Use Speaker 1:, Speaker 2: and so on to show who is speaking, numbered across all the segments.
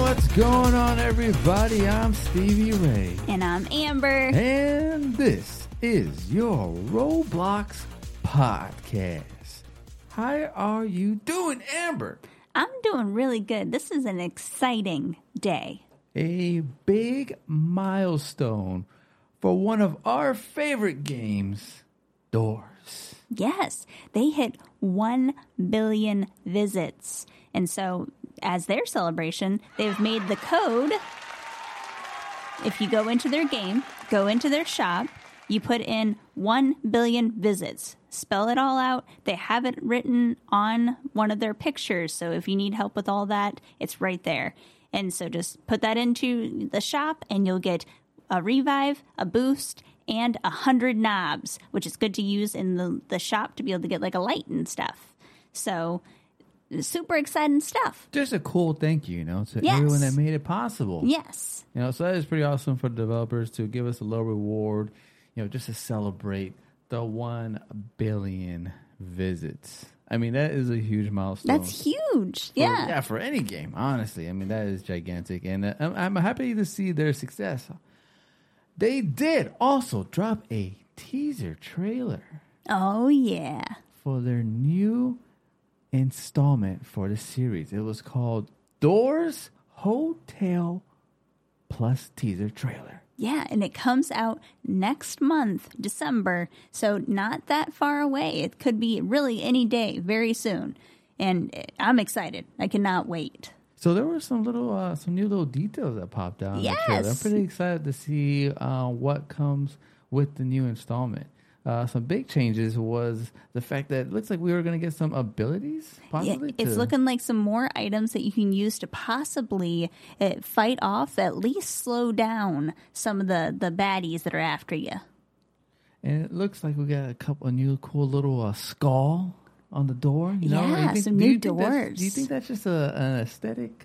Speaker 1: What's going on, everybody? I'm Stevie Ray,
Speaker 2: And I'm Amber.
Speaker 1: and this is your Roblox podcast. How are you doing, Amber?
Speaker 2: I'm doing really good. This is an exciting day.
Speaker 1: A big milestone for one of our favorite games, Doors.
Speaker 2: Yes, they hit 1 billion visits. And so, as their celebration, they've made the code. If you go into their game, go into their shop, you put in 1 billion visits, spell it all out. They have it written on one of their pictures. So, if you need help with all that, it's right there. And so, just put that into the shop, and you'll get a revive, a boost, and a hundred knobs, which is good to use in the, the shop to be able to get like a light and stuff. So super exciting stuff.
Speaker 1: Just a cool thank you, you know, to
Speaker 2: Yes.
Speaker 1: everyone that made it possible.
Speaker 2: Yes.
Speaker 1: You know, so that is pretty awesome for the developers to give us a little reward, you know, just to celebrate the 1 billion visits. I mean, that is a huge milestone.
Speaker 2: That's huge.
Speaker 1: for-
Speaker 2: Yeah.
Speaker 1: Yeah, for any game, honestly. I mean, that is gigantic. And uh, I'm, I'm happy to see their success. They did also drop a teaser trailer
Speaker 2: Oh yeah.
Speaker 1: for their new installment for the series. It was called Doors Hotel Plus Teaser Trailer.
Speaker 2: Yeah, and it comes out next month, December. So not that far away. It could be really any day, very soon. And eh, I'm excited. I cannot wait.
Speaker 1: So there were some little, uh, some new little details that popped out. in the trailer. I'm
Speaker 2: Yes.
Speaker 1: pretty excited to see uh, what comes with the new installment. Uh, some big changes was the fact that it looks like we were going to get some abilities.
Speaker 2: Yeah,
Speaker 1: Possibly,
Speaker 2: it's
Speaker 1: to-
Speaker 2: looking like some more items that you can use to possibly uh, fight off, at least slow down some of the the baddies that are after you.
Speaker 1: and it looks like we got a couple, a new cool little uh, skull on the door. You know,
Speaker 2: Yeah,
Speaker 1: You think-
Speaker 2: some
Speaker 1: do
Speaker 2: new
Speaker 1: you think that's- Do you
Speaker 2: doors.
Speaker 1: think that's just a, an aesthetic?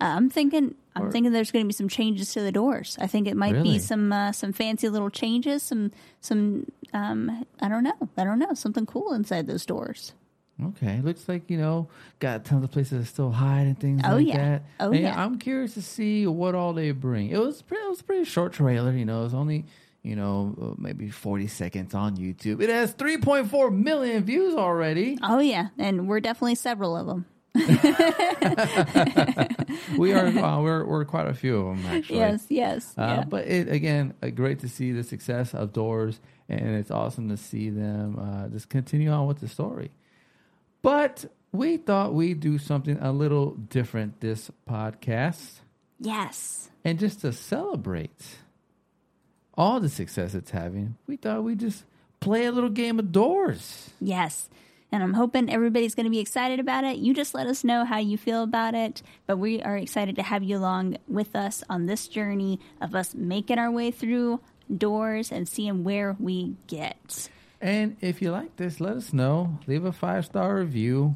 Speaker 2: Uh, I'm thinking, I'm
Speaker 1: Or-
Speaker 2: thinking there's going to be some changes to the doors. I think it might
Speaker 1: Really?
Speaker 2: be some uh, some fancy little changes, some some um, I don't know, I don't know, something cool inside those doors.
Speaker 1: Okay, looks like you know got tons of places to still hide and things
Speaker 2: Oh,
Speaker 1: like
Speaker 2: yeah.
Speaker 1: that.
Speaker 2: Oh,
Speaker 1: And
Speaker 2: yeah.
Speaker 1: I'm curious to see what all they bring. It was pretty, it was a pretty short trailer. You know, it was only you know uh, maybe 40 seconds on YouTube. It has 3.4 million views already.
Speaker 2: Oh yeah, and we're definitely several of them.
Speaker 1: we are uh, we're we're quite a few of them actually.
Speaker 2: Yes, yes,
Speaker 1: Uh,
Speaker 2: yeah.
Speaker 1: But it, again, uh, great to see the success of Doors, and it's awesome to see them uh, just continue on with the story. But we thought we'd do something a little different this podcast,
Speaker 2: yes.
Speaker 1: and just to celebrate all the success it's having, we thought we'd just play a little game of Doors.
Speaker 2: Yes. And I'm hoping everybody's going to be excited about it. You just let us know how you feel about it. But we are excited to have you along with us on this journey of us making our way through doors and seeing where we get.
Speaker 1: And if you like this, let us know. Leave a five star review.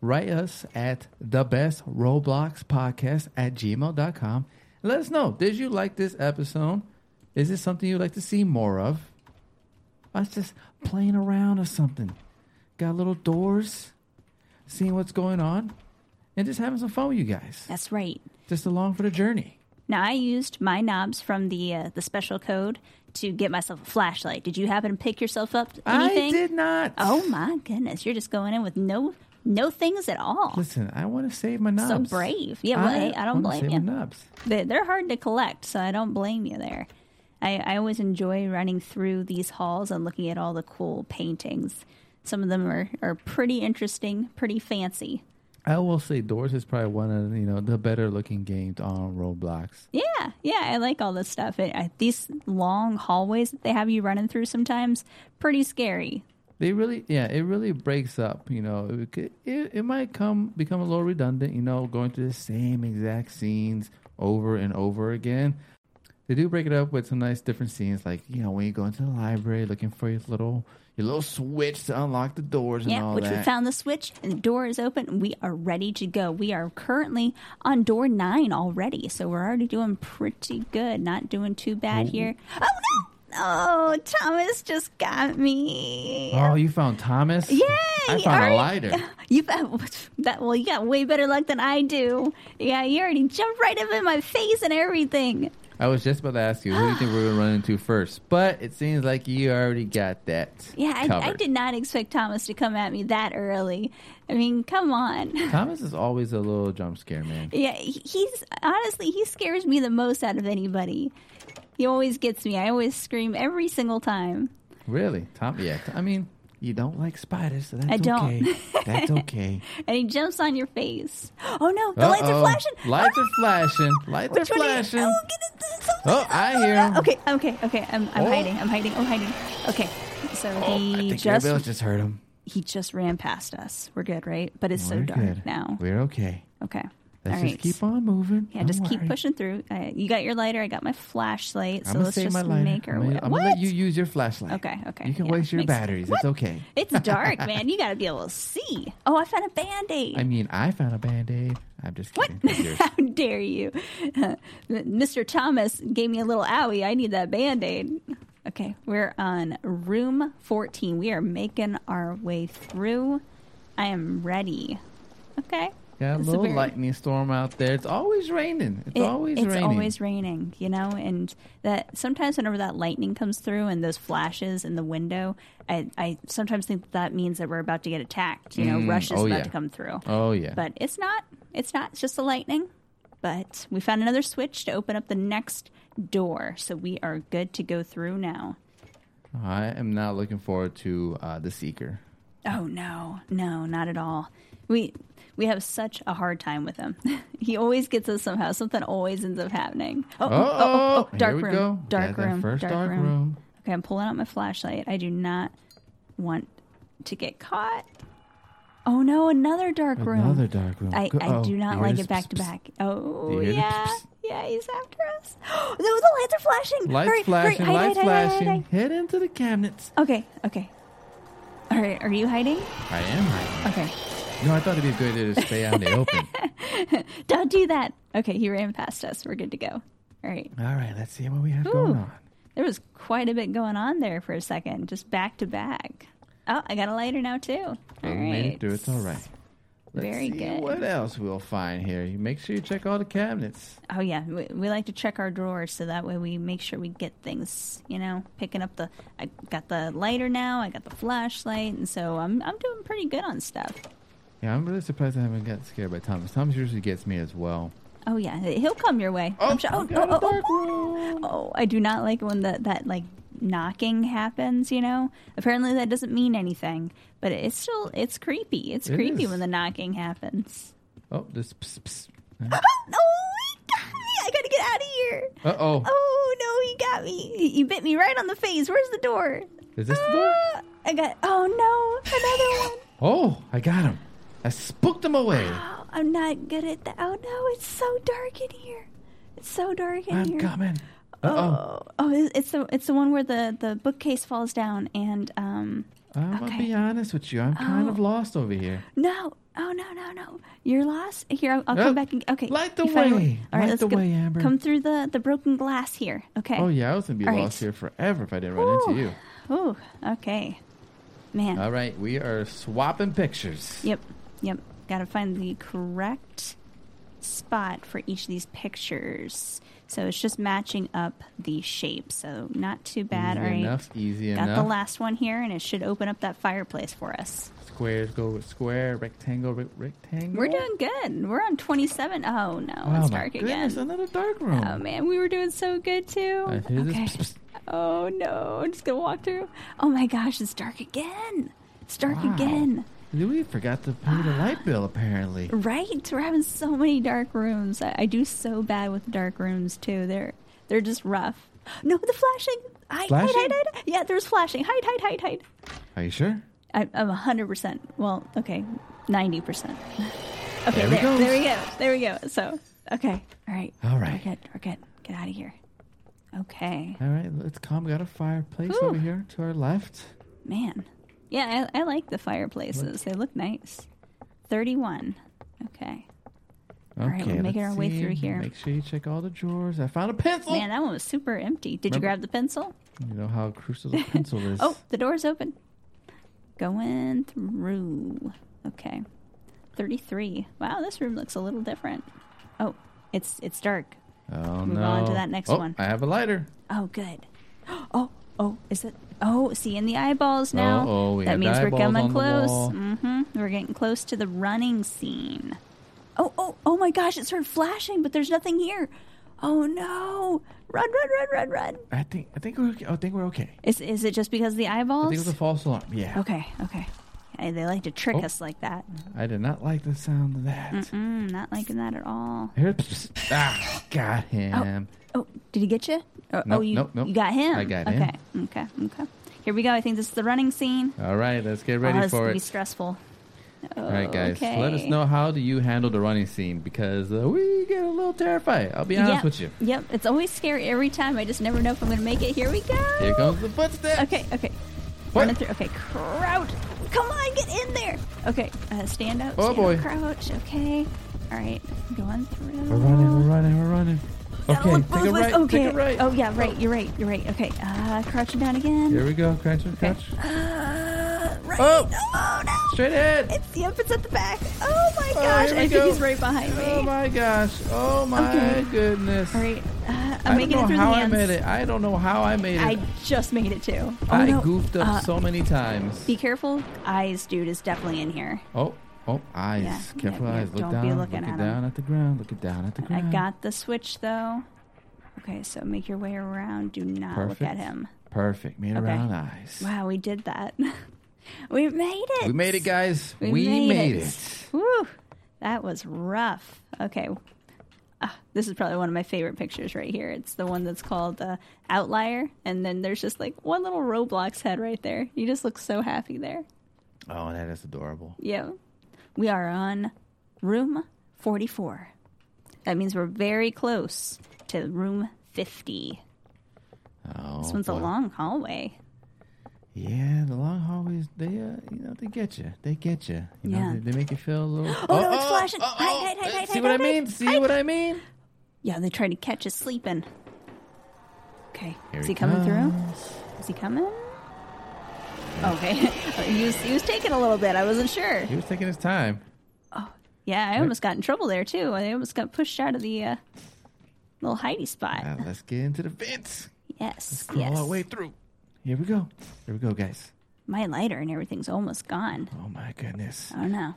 Speaker 1: Write us at the best Roblox podcast at gmail.com. Let us know. Did you like this episode? Is this something you'd like to see more of? Us just playing around or something. Got little doors, seeing what's going on, and just having some fun with you guys.
Speaker 2: That's right.
Speaker 1: Just along for the journey.
Speaker 2: Now, I used my knobs from the uh, the special code to get myself a flashlight. Did you happen to pick yourself up anything?
Speaker 1: I did not.
Speaker 2: Oh my goodness, you're just going in with no no things at all.
Speaker 1: Listen, I want to save my knobs.
Speaker 2: So brave. Yeah, well, hey, I don't
Speaker 1: wanna
Speaker 2: blame
Speaker 1: save
Speaker 2: you.
Speaker 1: My knobs.
Speaker 2: they, they're hard to collect, so I don't blame you there. I, I always enjoy running through these halls and looking at all the cool paintings. Some of them are, are pretty interesting, pretty fancy.
Speaker 1: I will say Doors is probably one of you know the better looking games on Roblox.
Speaker 2: Yeah, yeah, I like all this stuff. It, I, these long hallways that they have you running through sometimes, pretty scary.
Speaker 1: They really, yeah, it really breaks up. You know, it could- it, it might come become a little redundant. You know, going through the same exact scenes over and over again. They do break it up with some nice different scenes, like you know when you go into the library looking for your little your little switch to unlock the doors and
Speaker 2: Yeah,
Speaker 1: all
Speaker 2: which
Speaker 1: that.
Speaker 2: we found the switch and the door is open. And we are ready to go. We are currently on door nine already, so we're already doing pretty good. Not doing too bad here. Oh Oh, Thomas just got me.
Speaker 1: Oh, you found Thomas?
Speaker 2: Yay!
Speaker 1: I found a
Speaker 2: Alright.
Speaker 1: lighter.
Speaker 2: You that well, you got way better luck than I do. Yeah, you already jumped right up in my face and everything.
Speaker 1: I was just about to ask you, who do you think we're going to run into first? But it seems like you already got that.
Speaker 2: Yeah, I, I
Speaker 1: covered.
Speaker 2: did not expect Thomas to come at me that early. I mean, come on.
Speaker 1: Thomas is always a little jump scare, man.
Speaker 2: Yeah, he- he's honestly he scares me the most out of anybody. He always gets me. I always scream every single time.
Speaker 1: Really? Tom, yeah. I mean, you don't like spiders, so that's
Speaker 2: I don't.
Speaker 1: okay. That's okay.
Speaker 2: And he jumps on your face. Oh no, the lights are
Speaker 1: Uh-oh.
Speaker 2: flashing.
Speaker 1: Lights are flashing. Lights are
Speaker 2: Which one is-
Speaker 1: flashing.
Speaker 2: Oh, get it-
Speaker 1: Oh, I hear him.
Speaker 2: Okay, okay, okay. I'm, I'm
Speaker 1: Oh.
Speaker 2: hiding. I'm hiding. I'm hiding. Okay. So
Speaker 1: Oh, I
Speaker 2: he
Speaker 1: think
Speaker 2: just
Speaker 1: Gabriel just heard him.
Speaker 2: he just ran past us. We're good, right? But it's so
Speaker 1: We're
Speaker 2: dark
Speaker 1: good.
Speaker 2: now.
Speaker 1: We're okay.
Speaker 2: Okay.
Speaker 1: Let's
Speaker 2: All right.
Speaker 1: just keep on moving.
Speaker 2: yeah,
Speaker 1: Don't
Speaker 2: just keep
Speaker 1: worry.
Speaker 2: pushing through. Uh, you got your lighter. I got my flashlight.
Speaker 1: I'm
Speaker 2: So
Speaker 1: gonna
Speaker 2: let's
Speaker 1: save
Speaker 2: just
Speaker 1: my lighter.
Speaker 2: make our
Speaker 1: I'm
Speaker 2: way.
Speaker 1: gonna, I'm gonna let you use your flashlight.
Speaker 2: Okay, okay,
Speaker 1: You can
Speaker 2: yeah,
Speaker 1: waste your
Speaker 2: makes sense.
Speaker 1: batteries.
Speaker 2: What?
Speaker 1: It's okay.
Speaker 2: It's dark, man. You got to be able to see. Oh, I found a band aid.
Speaker 1: I mean, I found a band aid. I'm just kidding. It's yours.
Speaker 2: How dare you? Mr. Thomas gave me a little owie. I need that band aid. Okay, we're on room 14. We are making our way through. I am ready. Okay.
Speaker 1: Got a
Speaker 2: It's
Speaker 1: little
Speaker 2: very-
Speaker 1: lightning storm out there. It's always raining. It's
Speaker 2: it-
Speaker 1: always
Speaker 2: it's
Speaker 1: raining.
Speaker 2: always raining, you know, and that sometimes whenever that lightning comes through and those flashes in the window, I, I sometimes think that means that we're about to get attacked. You know,
Speaker 1: Mm,
Speaker 2: rush is
Speaker 1: oh,
Speaker 2: about
Speaker 1: yeah.
Speaker 2: to come through.
Speaker 1: Oh yeah.
Speaker 2: But it's not. It's not. It's just the lightning. But we found another switch to open up the next door, so we are good to go through now.
Speaker 1: I am not looking forward to uh, the seeker.
Speaker 2: Oh no, no, not at all. We we have such a hard time with him. he always gets us somehow. Something always ends up happening. Oh,
Speaker 1: Oh, oh, here
Speaker 2: dark
Speaker 1: we
Speaker 2: room,
Speaker 1: go. Got
Speaker 2: dark
Speaker 1: that
Speaker 2: room,
Speaker 1: first
Speaker 2: dark,
Speaker 1: dark
Speaker 2: room.
Speaker 1: room.
Speaker 2: Okay, I'm pulling out my flashlight. I do not want to get caught. Oh no, another dark room.
Speaker 1: Another dark room.
Speaker 2: I,
Speaker 1: Go-
Speaker 2: I
Speaker 1: oh,
Speaker 2: do not
Speaker 1: you
Speaker 2: like
Speaker 1: hear
Speaker 2: it
Speaker 1: this?
Speaker 2: back to
Speaker 1: Psst, psst.
Speaker 2: back. Oh,
Speaker 1: You hear the
Speaker 2: yeah.
Speaker 1: psst?
Speaker 2: Yeah, he's after us. no, the lights are flashing.
Speaker 1: Lights
Speaker 2: hurry,
Speaker 1: flashing.
Speaker 2: hurry, hide,
Speaker 1: lights
Speaker 2: hide, hide, hide,
Speaker 1: flashing.
Speaker 2: hide,
Speaker 1: Head into the cabinets.
Speaker 2: hide. Okay, okay. All right, are you hiding?
Speaker 1: I am hiding.
Speaker 2: Okay.
Speaker 1: No, I thought it'd be a good idea to stay out in the open.
Speaker 2: Don't do that. Okay, he ran past us. We're good to go. All right.
Speaker 1: All right, let's see what we have
Speaker 2: Ooh.
Speaker 1: going on.
Speaker 2: There was quite a bit going on there for a second, just back to back. Oh, I got a lighter now, too. All
Speaker 1: We
Speaker 2: right.
Speaker 1: made it through. Oh, It's all right. Let's
Speaker 2: Very
Speaker 1: see
Speaker 2: good.
Speaker 1: What else we'll find here? You make sure you check all the cabinets.
Speaker 2: Oh yeah, we, we like to check our drawers so that way we make sure we get things. You know, picking up the I got the lighter now, I got the flashlight, and so I'm I'm doing pretty good on stuff.
Speaker 1: Yeah, I'm really surprised I haven't got scared by Thomas. Thomas usually gets me as well.
Speaker 2: Oh yeah, he'll come your way.
Speaker 1: Oh,
Speaker 2: I'm sure. Oh,
Speaker 1: we
Speaker 2: oh,
Speaker 1: got a
Speaker 2: oh,
Speaker 1: dark
Speaker 2: oh.
Speaker 1: room.
Speaker 2: Oh, I do not like when that that like knocking happens. You know, apparently that doesn't mean anything, but it's still it's creepy. It's
Speaker 1: It
Speaker 2: creepy
Speaker 1: is.
Speaker 2: when the knocking happens.
Speaker 1: Oh, this. Pss, pss.
Speaker 2: Oh, he got me! I gotta get out of here.
Speaker 1: Uh oh.
Speaker 2: Oh no, he got me. He- He bit me right on the face. Where's the door?
Speaker 1: Is this the door?
Speaker 2: Ah, I got. Oh no, another one.
Speaker 1: Oh, I got him. I spooked him away.
Speaker 2: Oh, I'm not good at that. Oh no, it's so dark in here. It's so dark in
Speaker 1: I'm
Speaker 2: here.
Speaker 1: coming. Uh
Speaker 2: Oh, oh, it- it's the it's the one where the the bookcase falls down and um.
Speaker 1: oh. I'm gonna
Speaker 2: okay. Oh.
Speaker 1: be honest with you. I'm kind of lost over here.
Speaker 2: No, oh no, no, no. You're lost. Here, I'll, I'll
Speaker 1: Oh,
Speaker 2: come back and okay.
Speaker 1: light the
Speaker 2: you found-
Speaker 1: way.
Speaker 2: All right,
Speaker 1: Light
Speaker 2: let's
Speaker 1: the
Speaker 2: go.
Speaker 1: way, Amber.
Speaker 2: Come through the the broken glass here. Okay.
Speaker 1: Oh yeah, I was gonna be
Speaker 2: Eh. All right.
Speaker 1: lost here forever if I didn't run into you.
Speaker 2: Oh, okay. Man.
Speaker 1: All right, we are swapping pictures.
Speaker 2: Yep, yep. Got to find the correct spot for each of these pictures. So it's just matching up the shape. So not too bad.
Speaker 1: Easy
Speaker 2: All right.
Speaker 1: enough. Easy
Speaker 2: Got the
Speaker 1: enough.
Speaker 2: last one here, and it should open up that fireplace for us.
Speaker 1: Squares go with square. Rectangle, re- rectangle.
Speaker 2: We're doing good. We're on 27. Oh, no.
Speaker 1: Oh
Speaker 2: it's
Speaker 1: my
Speaker 2: dark
Speaker 1: goodness,
Speaker 2: again.
Speaker 1: Another dark room.
Speaker 2: Oh, man. We were doing so good, too.
Speaker 1: I hear this.
Speaker 2: Okay.
Speaker 1: Psst, psst.
Speaker 2: Oh, no. I'm just going to walk through. Oh, my gosh. It's dark again. It's dark
Speaker 1: Wow.
Speaker 2: again.
Speaker 1: We forgot to pay the light bill. Apparently.
Speaker 2: Right, we're having so many dark rooms. I, I do so bad with dark rooms too. They're they're just rough. No, the flashing. Hide,
Speaker 1: Flashing?
Speaker 2: hide, hide, hide. Yeah, there's flashing. Hide, hide, hide, hide.
Speaker 1: Are you sure?
Speaker 2: I, I'm hundred percent. Well, okay, ninety percent. Okay,
Speaker 1: There
Speaker 2: there,
Speaker 1: we
Speaker 2: there,
Speaker 1: go.
Speaker 2: we go. There we go. So, okay, all right,
Speaker 1: All right.
Speaker 2: We're good. We're good. Get out of here. Okay,
Speaker 1: All right, let's come. We got a fireplace
Speaker 2: Ooh.
Speaker 1: over here to our left.
Speaker 2: man. Yeah, I, I like the fireplaces. They look nice. Thirty-one. Okay. All right, we're making
Speaker 1: let's
Speaker 2: our way through here.
Speaker 1: Make sure you check all the drawers. I found a pencil.
Speaker 2: Man, that one was super empty. Did you
Speaker 1: Remember-
Speaker 2: grab the pencil?
Speaker 1: You know how crucial a pencil is.
Speaker 2: Oh, the door's open. Going through. Okay. 33. Wow, this room looks a little different. Oh, it's it's dark.
Speaker 1: Oh,
Speaker 2: move
Speaker 1: no.
Speaker 2: on to that next
Speaker 1: Oh,
Speaker 2: one.
Speaker 1: I have a lighter.
Speaker 2: Oh, good. Oh, oh, is it? Oh, see in the eyeballs now.
Speaker 1: Uh-oh, we
Speaker 2: that
Speaker 1: got
Speaker 2: means we're
Speaker 1: eyeballs
Speaker 2: coming
Speaker 1: on the
Speaker 2: close.
Speaker 1: wall.
Speaker 2: hmm We're getting close to the running scene. Oh, oh, oh my gosh! It started flashing, but there's nothing here. Oh no! Run, run, run, run, run!
Speaker 1: I think I think we're okay. Oh, I think we're okay.
Speaker 2: Is is it just because of the
Speaker 1: I
Speaker 2: eyeballs?
Speaker 1: think it was a false alarm. Yeah.
Speaker 2: Okay, okay. Hey, they like to trick
Speaker 1: Oh.
Speaker 2: us like that.
Speaker 1: I did not like the sound of that.
Speaker 2: Mm, not liking that at all.
Speaker 1: Here, pss, pss. ah, got him.
Speaker 2: Oh, did he get you? Oh,
Speaker 1: Nope,
Speaker 2: oh you,
Speaker 1: nope, nope.
Speaker 2: you got him.
Speaker 1: I got
Speaker 2: okay.
Speaker 1: him.
Speaker 2: Okay, okay. Here we go. I think this is the running scene.
Speaker 1: All right, let's get
Speaker 2: oh,
Speaker 1: ready
Speaker 2: this is
Speaker 1: for
Speaker 2: gonna
Speaker 1: it.
Speaker 2: be stressful.
Speaker 1: All right, guys, let us
Speaker 2: Oh, Okay.
Speaker 1: know how do you handle the running scene because uh, we get a little terrified. I'll be honest
Speaker 2: yep.
Speaker 1: with you.
Speaker 2: Yep, it's always scary every time. I just never know if I'm going to make it. Here we go.
Speaker 1: Here comes the footsteps.
Speaker 2: Okay, okay.
Speaker 1: What?
Speaker 2: Running through. Okay, crouch. Come on, get in there. Okay, uh, stand up.
Speaker 1: Oh,
Speaker 2: stand
Speaker 1: boy.
Speaker 2: Up, crouch. Okay. All right, going through.
Speaker 1: We're running, we're running, we're running.
Speaker 2: Gotta
Speaker 1: Okay,
Speaker 2: look
Speaker 1: take
Speaker 2: both
Speaker 1: a
Speaker 2: ways.
Speaker 1: right,
Speaker 2: Oh, okay.
Speaker 1: take a right. Oh,
Speaker 2: Oh yeah, right. You're right. You're right. Okay. Uh, crouching down again.
Speaker 1: Here we go, crunch and crunch.
Speaker 2: Uh, right.
Speaker 1: Oh.
Speaker 2: Oh. no!
Speaker 1: Straight ahead.
Speaker 2: It's yep. It's at the back. Oh my
Speaker 1: Oh,
Speaker 2: gosh!
Speaker 1: here we
Speaker 2: I
Speaker 1: go.
Speaker 2: think he's right behind me.
Speaker 1: Oh my gosh. Oh my
Speaker 2: Okay.
Speaker 1: goodness.
Speaker 2: All right. Uh,
Speaker 1: I
Speaker 2: I'm
Speaker 1: don't
Speaker 2: making
Speaker 1: know
Speaker 2: it through
Speaker 1: how
Speaker 2: the
Speaker 1: I
Speaker 2: hands.
Speaker 1: made it. I don't know how I made it.
Speaker 2: I just made it too. Oh,
Speaker 1: I
Speaker 2: no.
Speaker 1: goofed up
Speaker 2: Uh,
Speaker 1: so many times.
Speaker 2: Be careful. Eyes, dude, is definitely in here.
Speaker 1: Oh, oh, eyes.
Speaker 2: Yeah,
Speaker 1: Careful
Speaker 2: yeah, yeah,
Speaker 1: eyes. Look
Speaker 2: don't be
Speaker 1: down.
Speaker 2: looking
Speaker 1: look
Speaker 2: at 'em.
Speaker 1: down at the ground. Look it down at the
Speaker 2: I
Speaker 1: ground.
Speaker 2: got the switch though. Okay, so make your way around. Do not look
Speaker 1: Perfect.
Speaker 2: at him.
Speaker 1: Perfect. Made
Speaker 2: Okay.
Speaker 1: around eyes.
Speaker 2: Wow, we did that. we made it.
Speaker 1: We made it, guys. We, made, it.
Speaker 2: Woo! That was rough. Okay. Ah, this is probably one of my favorite pictures right here. It's the one that's called uh, Outlier. And then there's just like one little Roblox head right there. You just look so happy there.
Speaker 1: Oh, that is adorable.
Speaker 2: Yeah. We are on room 44. That means we're very close to room 50.
Speaker 1: Oh,
Speaker 2: This one's a
Speaker 1: boy.
Speaker 2: long hallway.
Speaker 1: Yeah, the long hallways. They, uh, you know, they get you. They get you. You
Speaker 2: Yeah.
Speaker 1: know, they, they make you feel a little. Oh,
Speaker 2: no, it's flashing. Hide, hide, hide,
Speaker 1: Uh,
Speaker 2: hide,
Speaker 1: See
Speaker 2: hide,
Speaker 1: what
Speaker 2: hide,
Speaker 1: I mean?
Speaker 2: hide,
Speaker 1: See
Speaker 2: hide.
Speaker 1: what I mean?
Speaker 2: Yeah, they try to catch us sleeping. Okay.
Speaker 1: Here
Speaker 2: Is
Speaker 1: he
Speaker 2: he coming through?
Speaker 1: comes.
Speaker 2: Is he coming? Okay. he, was, he was taking a little bit. I wasn't sure.
Speaker 1: He was taking his time.
Speaker 2: Yeah, I almost got in trouble there, too. I almost got pushed out of the uh, little hidey spot.
Speaker 1: Now, let's get into the vents.
Speaker 2: yes.
Speaker 1: Crawl
Speaker 2: Uh, Yes.
Speaker 1: our way through. Here we go. Here we go, guys.
Speaker 2: My lighter and everything's almost gone.
Speaker 1: Oh my goodness.
Speaker 2: Oh, no.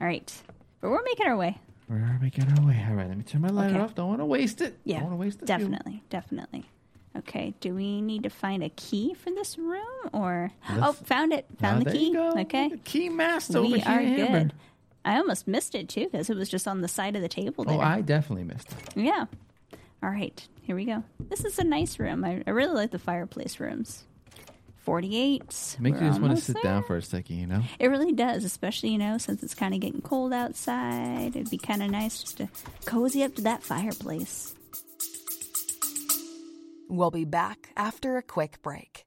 Speaker 2: All right. But we're making our way.
Speaker 1: We're making our way. All right, let me turn my light
Speaker 2: Okay.
Speaker 1: off. Don't want to waste it.
Speaker 2: Yeah.
Speaker 1: Don't want to waste the fuel.
Speaker 2: definitely. Definitely. Okay. Do we need to find a key for this room or. oh,
Speaker 1: Let's-
Speaker 2: found it.
Speaker 1: Now,
Speaker 2: Found the
Speaker 1: there
Speaker 2: key.
Speaker 1: You go.
Speaker 2: Okay.
Speaker 1: The key master over
Speaker 2: we
Speaker 1: here.
Speaker 2: are
Speaker 1: Amber.
Speaker 2: good. I almost missed it, too, because it was just on the side of the table there.
Speaker 1: Oh, I definitely missed it.
Speaker 2: Yeah. All right, here we go. This is a nice room. I, I really like the fireplace rooms. 48.
Speaker 1: Makes
Speaker 2: We're
Speaker 1: you just want to
Speaker 2: almost
Speaker 1: sit
Speaker 2: there.
Speaker 1: down for a second, you know?
Speaker 2: It really does, especially, you know, since it's kind of getting cold outside. It'd be kind of nice just to cozy up to that fireplace.
Speaker 3: We'll be back after a quick break.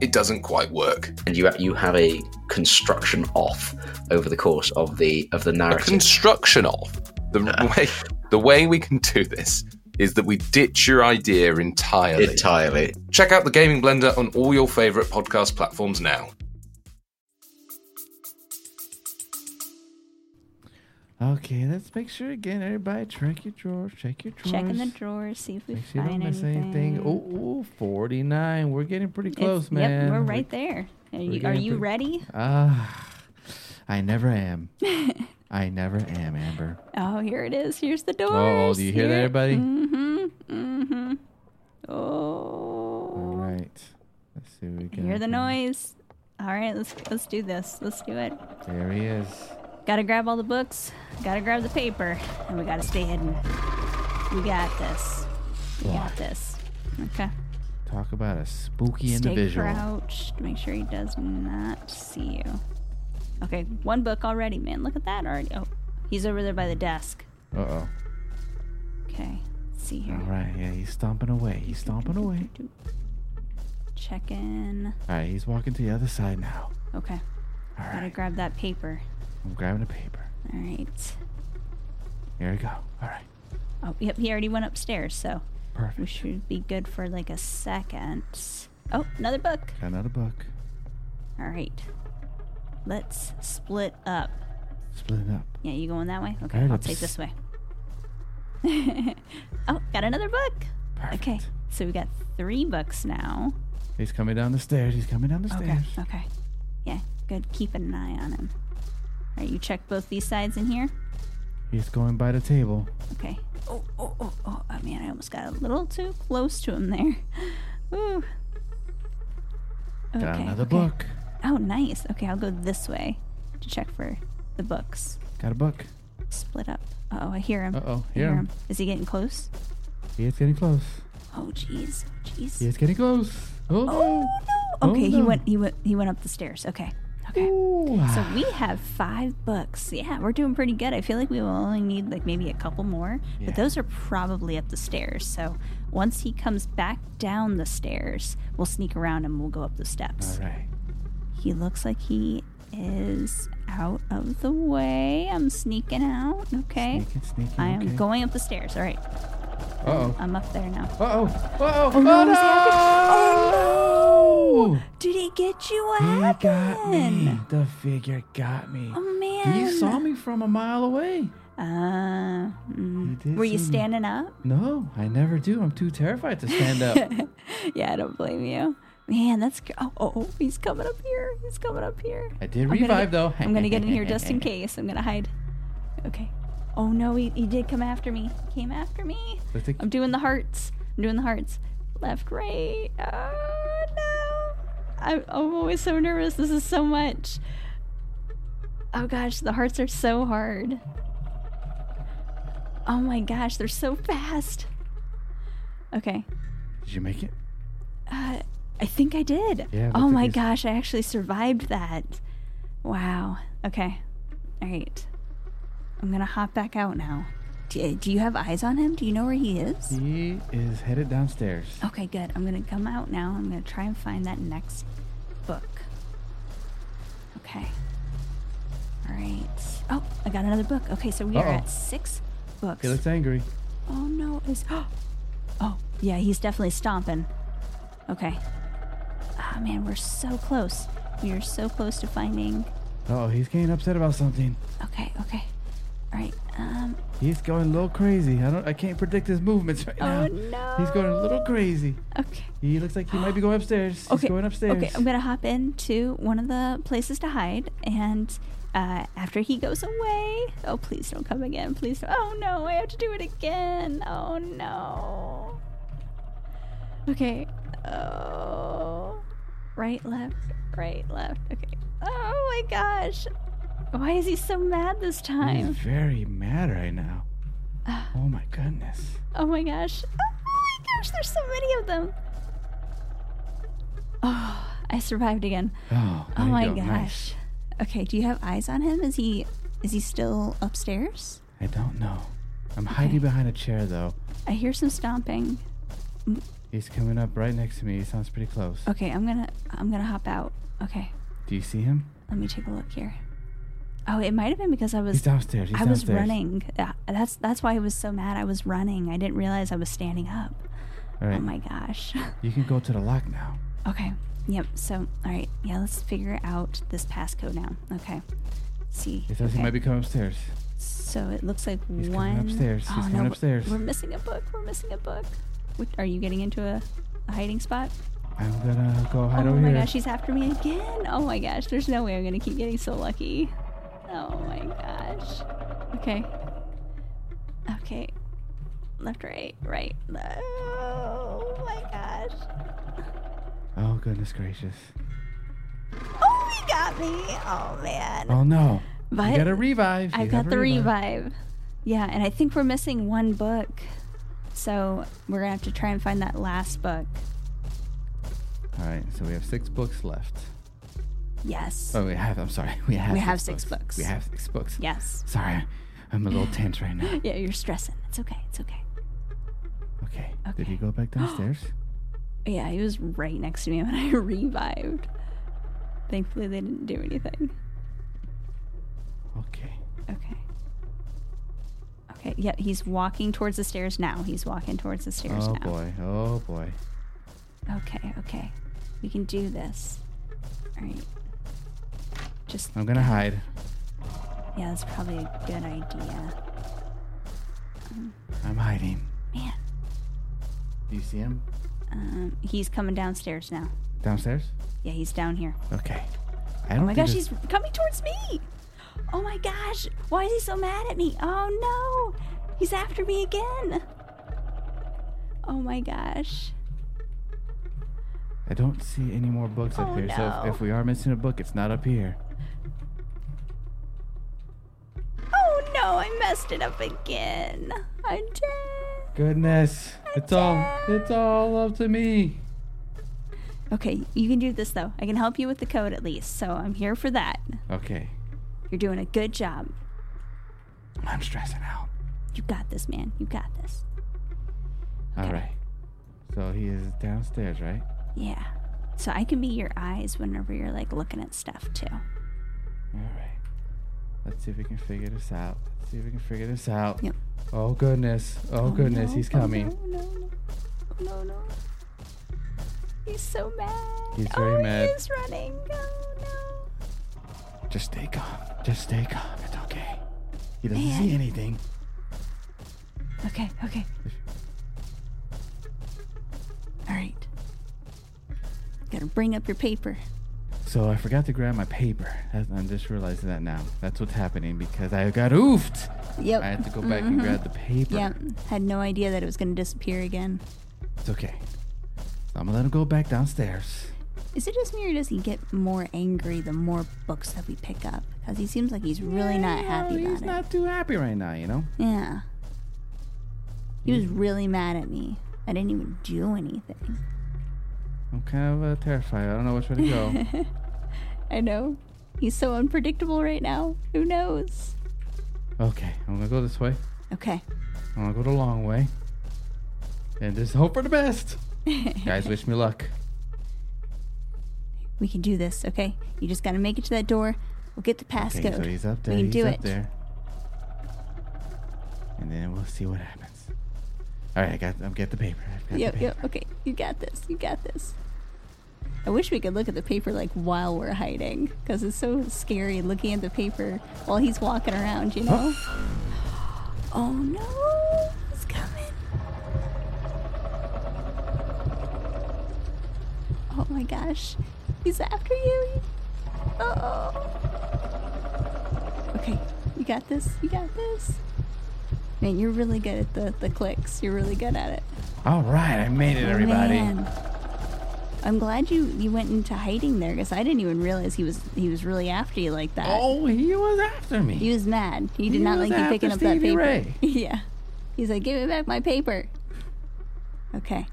Speaker 4: it doesn't quite work.
Speaker 5: And you you have a construction off over the course of the of the
Speaker 4: A
Speaker 5: narrative.
Speaker 4: construction off. The way the way we can do this is that we ditch your idea entirely.
Speaker 5: Entirely.
Speaker 4: Check out the Gaming Blender on all your favorite podcast platforms now.
Speaker 1: Okay, let's make sure again, everybody, check your drawers. Check your drawers.
Speaker 2: Checking the drawers, see if we
Speaker 1: Make sure you
Speaker 2: find
Speaker 1: don't miss
Speaker 2: anything.
Speaker 1: anything. Ooh, ooh, 49. We're getting pretty
Speaker 2: It's-
Speaker 1: close, man.
Speaker 2: Yep, we're right there. Are you, are
Speaker 1: getting
Speaker 2: you
Speaker 1: pretty-
Speaker 2: ready?
Speaker 1: Ah, I never am. I never am, Amber.
Speaker 2: Oh, here it is. Here's the doors.
Speaker 1: Oh, do you hear that,
Speaker 2: Here- Mm-hmm.
Speaker 1: everybody?
Speaker 2: Oh.
Speaker 1: All right. Let's see what we got.
Speaker 2: Hear the noise. All right, let's let's do this. Let's do it.
Speaker 1: There he is.
Speaker 2: Gotta grab all the books. Gotta grab the paper, and we gotta stay hidden. We got this. We got this. Okay.
Speaker 1: Talk about a spooky
Speaker 2: Stay
Speaker 1: individual.
Speaker 2: crouched. Make sure he does not see you. Okay, one book already, man. Look at that already. Oh, he's over there by the desk.
Speaker 1: Uh oh.
Speaker 2: Okay, let's see
Speaker 1: All
Speaker 2: here.
Speaker 1: right, yeah, he's stomping away. He's stomping away.
Speaker 2: Check in.
Speaker 1: All right, he's walking to the other side now.
Speaker 2: Okay,
Speaker 1: All
Speaker 2: gotta
Speaker 1: right,
Speaker 2: grab that paper.
Speaker 1: I'm grabbing a paper.
Speaker 2: All right.
Speaker 1: Here we go. All right,
Speaker 2: Oh, yep, he already went upstairs, so we
Speaker 1: perfect.
Speaker 2: should be good for like a second. Oh, another book.
Speaker 1: Got another book.
Speaker 2: All right. Let's split up.
Speaker 1: Splitting up.
Speaker 2: Yeah, you going that way? Okay,
Speaker 1: Alright,
Speaker 2: I'll
Speaker 1: let's-
Speaker 2: take this way. oh, got another book.
Speaker 1: Perfect.
Speaker 2: Okay, so we got three books now.
Speaker 1: He's coming down the stairs. He's coming down the
Speaker 2: Okay,
Speaker 1: stairs.
Speaker 2: okay. Yeah, good. Keep an eye on him. All right, you check both these sides in here.
Speaker 1: He's going by the table.
Speaker 2: Okay. Oh, oh, oh, oh, oh man, I almost got a little too close to him there. Ooh.
Speaker 1: Got another
Speaker 2: okay.
Speaker 1: book.
Speaker 2: Oh, nice. Okay, I'll go this way to check for the books.
Speaker 1: Got a book.
Speaker 2: Split up. Oh, I hear him.
Speaker 1: Uh-oh,
Speaker 2: I
Speaker 1: hear him.
Speaker 2: Is he getting close?
Speaker 1: He is getting close.
Speaker 2: Oh, jeez, jeez.
Speaker 1: He is getting close. Oh,
Speaker 2: Oh no!
Speaker 1: Oh,
Speaker 2: Okay, he
Speaker 1: no.
Speaker 2: went. He went. He went up the stairs. Okay. Oh, Okay.
Speaker 1: Ooh.
Speaker 2: So we have five books. Yeah, we're doing pretty good. I feel like we will only need like maybe a couple more,
Speaker 1: Yeah.
Speaker 2: but those are probably up the stairs. So once he comes back down the stairs, we'll sneak around and we'll go up the
Speaker 1: All
Speaker 2: steps.
Speaker 1: right.
Speaker 2: He looks like he is out of the way. I'm sneaking out. Okay.
Speaker 1: Sneaking, sneaking.
Speaker 2: I am
Speaker 1: okay.
Speaker 2: going up the stairs. All right.
Speaker 1: Uh oh.
Speaker 2: I'm up there now.
Speaker 1: Uh oh. Uh oh.
Speaker 2: no,
Speaker 1: Oh
Speaker 2: he's Oh, after-
Speaker 1: no!
Speaker 2: Did he get you? What
Speaker 1: Oh. He got me.
Speaker 2: happened?
Speaker 1: The figure got me.
Speaker 2: Oh man.
Speaker 1: He saw me from a mile away.
Speaker 2: Uh,
Speaker 1: He
Speaker 2: mm.
Speaker 1: did
Speaker 2: Were you
Speaker 1: see me.
Speaker 2: standing up?
Speaker 1: No, I never do. I'm too terrified to stand up.
Speaker 2: Yeah, I don't blame you. Man, that's cr- oh, oh, oh, he's coming up here. He's coming up here.
Speaker 1: I did
Speaker 2: I'm gonna
Speaker 1: revive
Speaker 2: get-
Speaker 1: though.
Speaker 2: I'm gonna get in here just in case. I'm gonna hide. Okay. Oh no, he, he did come after me. He came after me.
Speaker 1: Let's take-
Speaker 2: I'm doing the hearts. I'm doing the hearts. Left, right. Oh no. I'm, I'm always so nervous. This is so much. Oh gosh, the hearts are so hard. Oh my gosh, they're so fast. Okay.
Speaker 1: Did you make it?
Speaker 2: Uh, I think I did.
Speaker 1: Yeah, it
Speaker 2: oh
Speaker 1: looked like
Speaker 2: my
Speaker 1: it's-
Speaker 2: gosh, I actually survived that. Wow. Okay. All right. I'm gonna hop back out now. Do, do you have eyes on him? Do you know where he is?
Speaker 1: He is headed downstairs.
Speaker 2: Okay, good. I'm gonna come out now. I'm gonna try and find that next book. Okay. All right. Oh, I got another book. Okay, so we are
Speaker 1: Uh-oh.
Speaker 2: at six books.
Speaker 1: He looks angry.
Speaker 2: Oh no, is Oh, yeah, he's definitely stomping. Okay. Ah man, we're so close. We are so close to finding
Speaker 1: Oh, he's getting upset about something.
Speaker 2: Okay, okay. Alright. Um
Speaker 1: He's going a little crazy. I don't. I can't predict his movements right now.
Speaker 2: Oh no.
Speaker 1: He's going a little crazy.
Speaker 2: Okay.
Speaker 1: He looks like he might be going upstairs.
Speaker 2: Okay.
Speaker 1: He's going upstairs.
Speaker 2: Okay, I'm gonna hop into one of the places to hide and uh, after he goes away, oh please don't come again, please. Don't. Oh no, I have to do it again. Oh no. Okay. Oh. Right, left, right, left. Okay. Oh my gosh. Why is he so mad this
Speaker 1: He's
Speaker 2: time?
Speaker 1: very mad right now. oh my goodness.
Speaker 2: Oh my gosh. Oh my gosh, there's so many of them. Oh, I survived again.
Speaker 1: Oh, there
Speaker 2: Oh
Speaker 1: you
Speaker 2: my
Speaker 1: go.
Speaker 2: gosh.
Speaker 1: Nice.
Speaker 2: Okay, do you have eyes on him? Is he is he still upstairs?
Speaker 1: I don't know. I'm hiding behind a chair though.
Speaker 2: I hear some stomping.
Speaker 1: He's coming up right next to me. He sounds pretty close.
Speaker 2: Okay, I'm gonna I'm gonna hop out. Okay,
Speaker 1: Do you see him?
Speaker 2: let me take a look here. Oh, it might have been because I
Speaker 1: He's
Speaker 2: was
Speaker 1: downstairs. He's
Speaker 2: I was
Speaker 1: downstairs.
Speaker 2: running. Yeah, That's that's why I was so mad. I was running. I didn't realize I was standing up.
Speaker 1: All right.
Speaker 2: Oh my gosh.
Speaker 1: You can go to the lock now.
Speaker 2: Okay. Yep. So, all right. Yeah, let's figure out this passcode now. Okay. see.
Speaker 1: He says
Speaker 2: okay.
Speaker 1: he might be coming upstairs.
Speaker 2: so it looks like
Speaker 1: He's coming
Speaker 2: one. Oh,
Speaker 1: upstairs. He's coming
Speaker 2: we're-
Speaker 1: upstairs.
Speaker 2: We're missing a book. We're missing a book. What, are you getting into a, a hiding spot?
Speaker 1: I'm gonna go hide
Speaker 2: oh
Speaker 1: over
Speaker 2: my
Speaker 1: here.
Speaker 2: gosh, he's after me again. Oh my gosh, there's no way I'm gonna keep getting so lucky. Oh my gosh. Okay. Okay. Left, right, right. Oh my gosh.
Speaker 1: Oh goodness gracious.
Speaker 2: Oh, he got me. Oh man.
Speaker 1: Oh no.
Speaker 2: But
Speaker 1: you gotta revive.
Speaker 2: I've
Speaker 1: You
Speaker 2: got
Speaker 1: gotta
Speaker 2: the revive. Yeah, and I think we're missing one book. So we're going to have to try and find that last book.
Speaker 1: All right, so we have six books left.
Speaker 2: Yes.
Speaker 1: Oh, we have. I'm sorry. We have.
Speaker 2: We have six books.
Speaker 1: We have six books.
Speaker 2: Yes.
Speaker 1: Sorry, I'm a little tense right now.
Speaker 2: Yeah, you're stressing. It's okay. It's okay.
Speaker 1: Okay. Did
Speaker 2: Okay.
Speaker 1: he go back downstairs?
Speaker 2: Yeah, he was right next to me when I revived. Thankfully, they didn't do anything.
Speaker 1: okay.
Speaker 2: Okay. Okay. Yeah, he's walking towards the stairs now. He's walking towards the stairs
Speaker 1: Oh
Speaker 2: now.
Speaker 1: boy. Oh boy.
Speaker 2: Okay, okay. We can do this. All right. Just
Speaker 1: I'm gonna hide.
Speaker 2: yeah, that's probably a good idea.
Speaker 1: I'm hiding.
Speaker 2: Man,
Speaker 1: Do you see him
Speaker 2: um, he's coming downstairs now.
Speaker 1: downstairs?
Speaker 2: Yeah, he's down here.
Speaker 1: Okay. I don't.
Speaker 2: Oh my gosh, he's coming towards me! Oh my gosh, why is he so mad at me? Oh no, he's after me again! Oh my gosh.
Speaker 1: I don't see any more books
Speaker 2: Oh,
Speaker 1: up here. So
Speaker 2: no.
Speaker 1: if, if we are missing a book, it's not up here.
Speaker 2: Oh no, I messed it up again. I did.
Speaker 1: Goodness. It's all. It's all up to me.
Speaker 2: Okay, you can do this though. I can help you with the code at least, so I'm here for that.
Speaker 1: Okay.
Speaker 2: You're doing a good job.
Speaker 1: I'm stressing out.
Speaker 2: You got this, man. You got this.
Speaker 1: All right. So he is downstairs, right?
Speaker 2: Yeah. So I can be your eyes whenever you're like looking at stuff too.
Speaker 1: All right. Let's see if we can figure this out. Let's see if we can figure this out.
Speaker 2: Yep.
Speaker 1: Oh goodness. Oh, goodness.
Speaker 2: no.
Speaker 1: He's coming.
Speaker 2: Oh, no, no, no, Oh, no, no. He's so mad.
Speaker 1: He's very
Speaker 2: oh,
Speaker 1: mad.
Speaker 2: He is running. Oh
Speaker 1: Just stay calm. Just stay calm. It's okay. He doesn't
Speaker 2: Man.
Speaker 1: see anything.
Speaker 2: no. Okay, okay. All right. Gotta bring up your paper.
Speaker 1: So I forgot to grab my paper. That's- I'm just realizing that now. That's what's happening because I got oofed.
Speaker 2: Yep.
Speaker 1: I had to go back
Speaker 2: Mm-hmm.
Speaker 1: and grab the paper.
Speaker 2: Yep. Had no idea that it was gonna disappear again.
Speaker 1: It's okay. So I'm gonna let him go back downstairs.
Speaker 2: Is it just me or does he get more angry the more books that we pick up? Because he seems like he's really not happy
Speaker 1: He's
Speaker 2: about it.
Speaker 1: not too happy right now, you know.
Speaker 2: Yeah. He was really mad at me. I didn't even do anything.
Speaker 1: I'm kind of uh, terrified. I don't know which way to go.
Speaker 2: I know. He's so unpredictable right now. Who knows?
Speaker 1: okay, I'm gonna go this way.
Speaker 2: Okay.
Speaker 1: I'm gonna go the long way. And just hope for the best. Guys, wish me luck.
Speaker 2: We can do this, okay? You just gotta make it to that door. We'll get the passcode.
Speaker 1: Okay, so he's up there.
Speaker 2: We can
Speaker 1: he's
Speaker 2: do
Speaker 1: up
Speaker 2: it.
Speaker 1: there. And then we'll see what happens. All right, I got. I'm get the paper. I've got the
Speaker 2: Yep,
Speaker 1: paper.
Speaker 2: yep. Okay, you got this. You got this. I wish we could look at the paper like while we're hiding, because it's so scary looking at the paper while he's walking around. You know? oh no, he's coming! Oh my gosh, he's after you! Oh. Okay, you got this. You got this. Man, you're really good at the the clicks. You're really good at it.
Speaker 1: All right, I made it, everybody.
Speaker 2: Oh, Man. I'm glad you you went into hiding there because I didn't even realize he was he was really after you like that.
Speaker 1: Oh, he was after me.
Speaker 2: He was mad. He did
Speaker 1: He
Speaker 2: not
Speaker 1: was
Speaker 2: like you picking up
Speaker 1: after
Speaker 2: that
Speaker 1: Stevie
Speaker 2: paper.
Speaker 1: Ray.
Speaker 2: yeah. He's like, give me back my paper. Okay.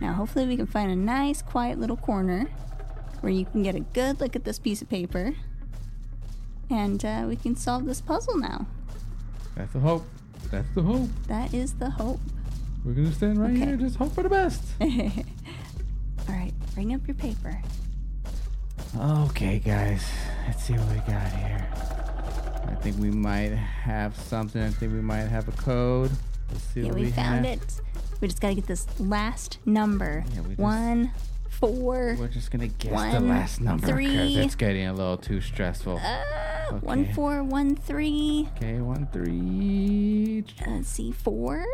Speaker 2: Now, hopefully, we can find a nice, quiet little corner where you can get a good look at this piece of paper. And uh, we can solve this puzzle now.
Speaker 1: That's the hope. That's the hope.
Speaker 2: That is the hope.
Speaker 1: We're gonna stand right
Speaker 2: Okay.
Speaker 1: here, just hope for the best.
Speaker 2: All right, bring up your paper.
Speaker 1: okay, guys, let's see what we got here. I think we might have something. I think we might have a code. Let's see
Speaker 2: Yeah,
Speaker 1: what
Speaker 2: we,
Speaker 1: we,
Speaker 2: found
Speaker 1: have.
Speaker 2: it. We just gotta get this last number.
Speaker 1: Yeah, we just-
Speaker 2: One, four,
Speaker 1: We're just gonna guess the
Speaker 2: One,
Speaker 1: last number because
Speaker 2: three.
Speaker 1: it's getting a little too stressful.
Speaker 2: uh, one,
Speaker 1: Okay.
Speaker 2: four, one, three.
Speaker 1: Okay, one, three.
Speaker 2: Uh, let's see, four,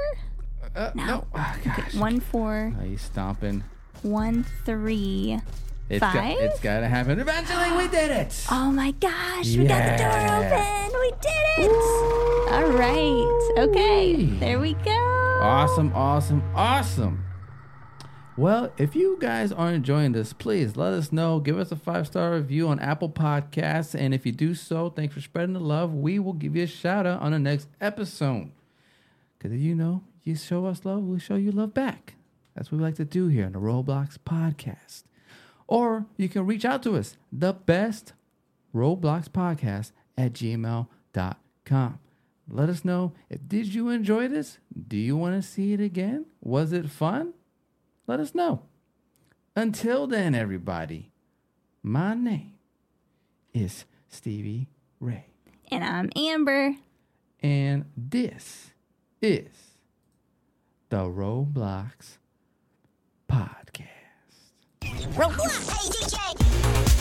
Speaker 1: Uh, no. Oh, gosh.
Speaker 2: one, four,
Speaker 1: Oh, he's stomping.
Speaker 2: one, three.
Speaker 1: It's
Speaker 2: Five?
Speaker 1: Got, it's gotta happen. Eventually, we did it.
Speaker 2: Oh my gosh, we got the
Speaker 1: Yeah.
Speaker 2: door open. We did it. All right. Okay.
Speaker 1: Woo-wee.
Speaker 2: There we go.
Speaker 1: Awesome, awesome, awesome. Well, if you guys are enjoying this, please let us know. Give us a five star review on Apple Podcasts. And if you do so, thanks for spreading the love. We will give you a shout out on the next episode. Because you know, you show us love, we show you love back. That's what we like to do here on the Roblox Podcast. Or you can reach out to us, the best Roblox podcast at gmail.com. Let us know if did you enjoy this? Do you want to see it again? Was it fun? Let us know. Until then, everybody, my name is Stevie Ray.
Speaker 2: And I'm Amber.
Speaker 1: And this is the Roblox Podcast.
Speaker 6: Roblox. Hey, DJ.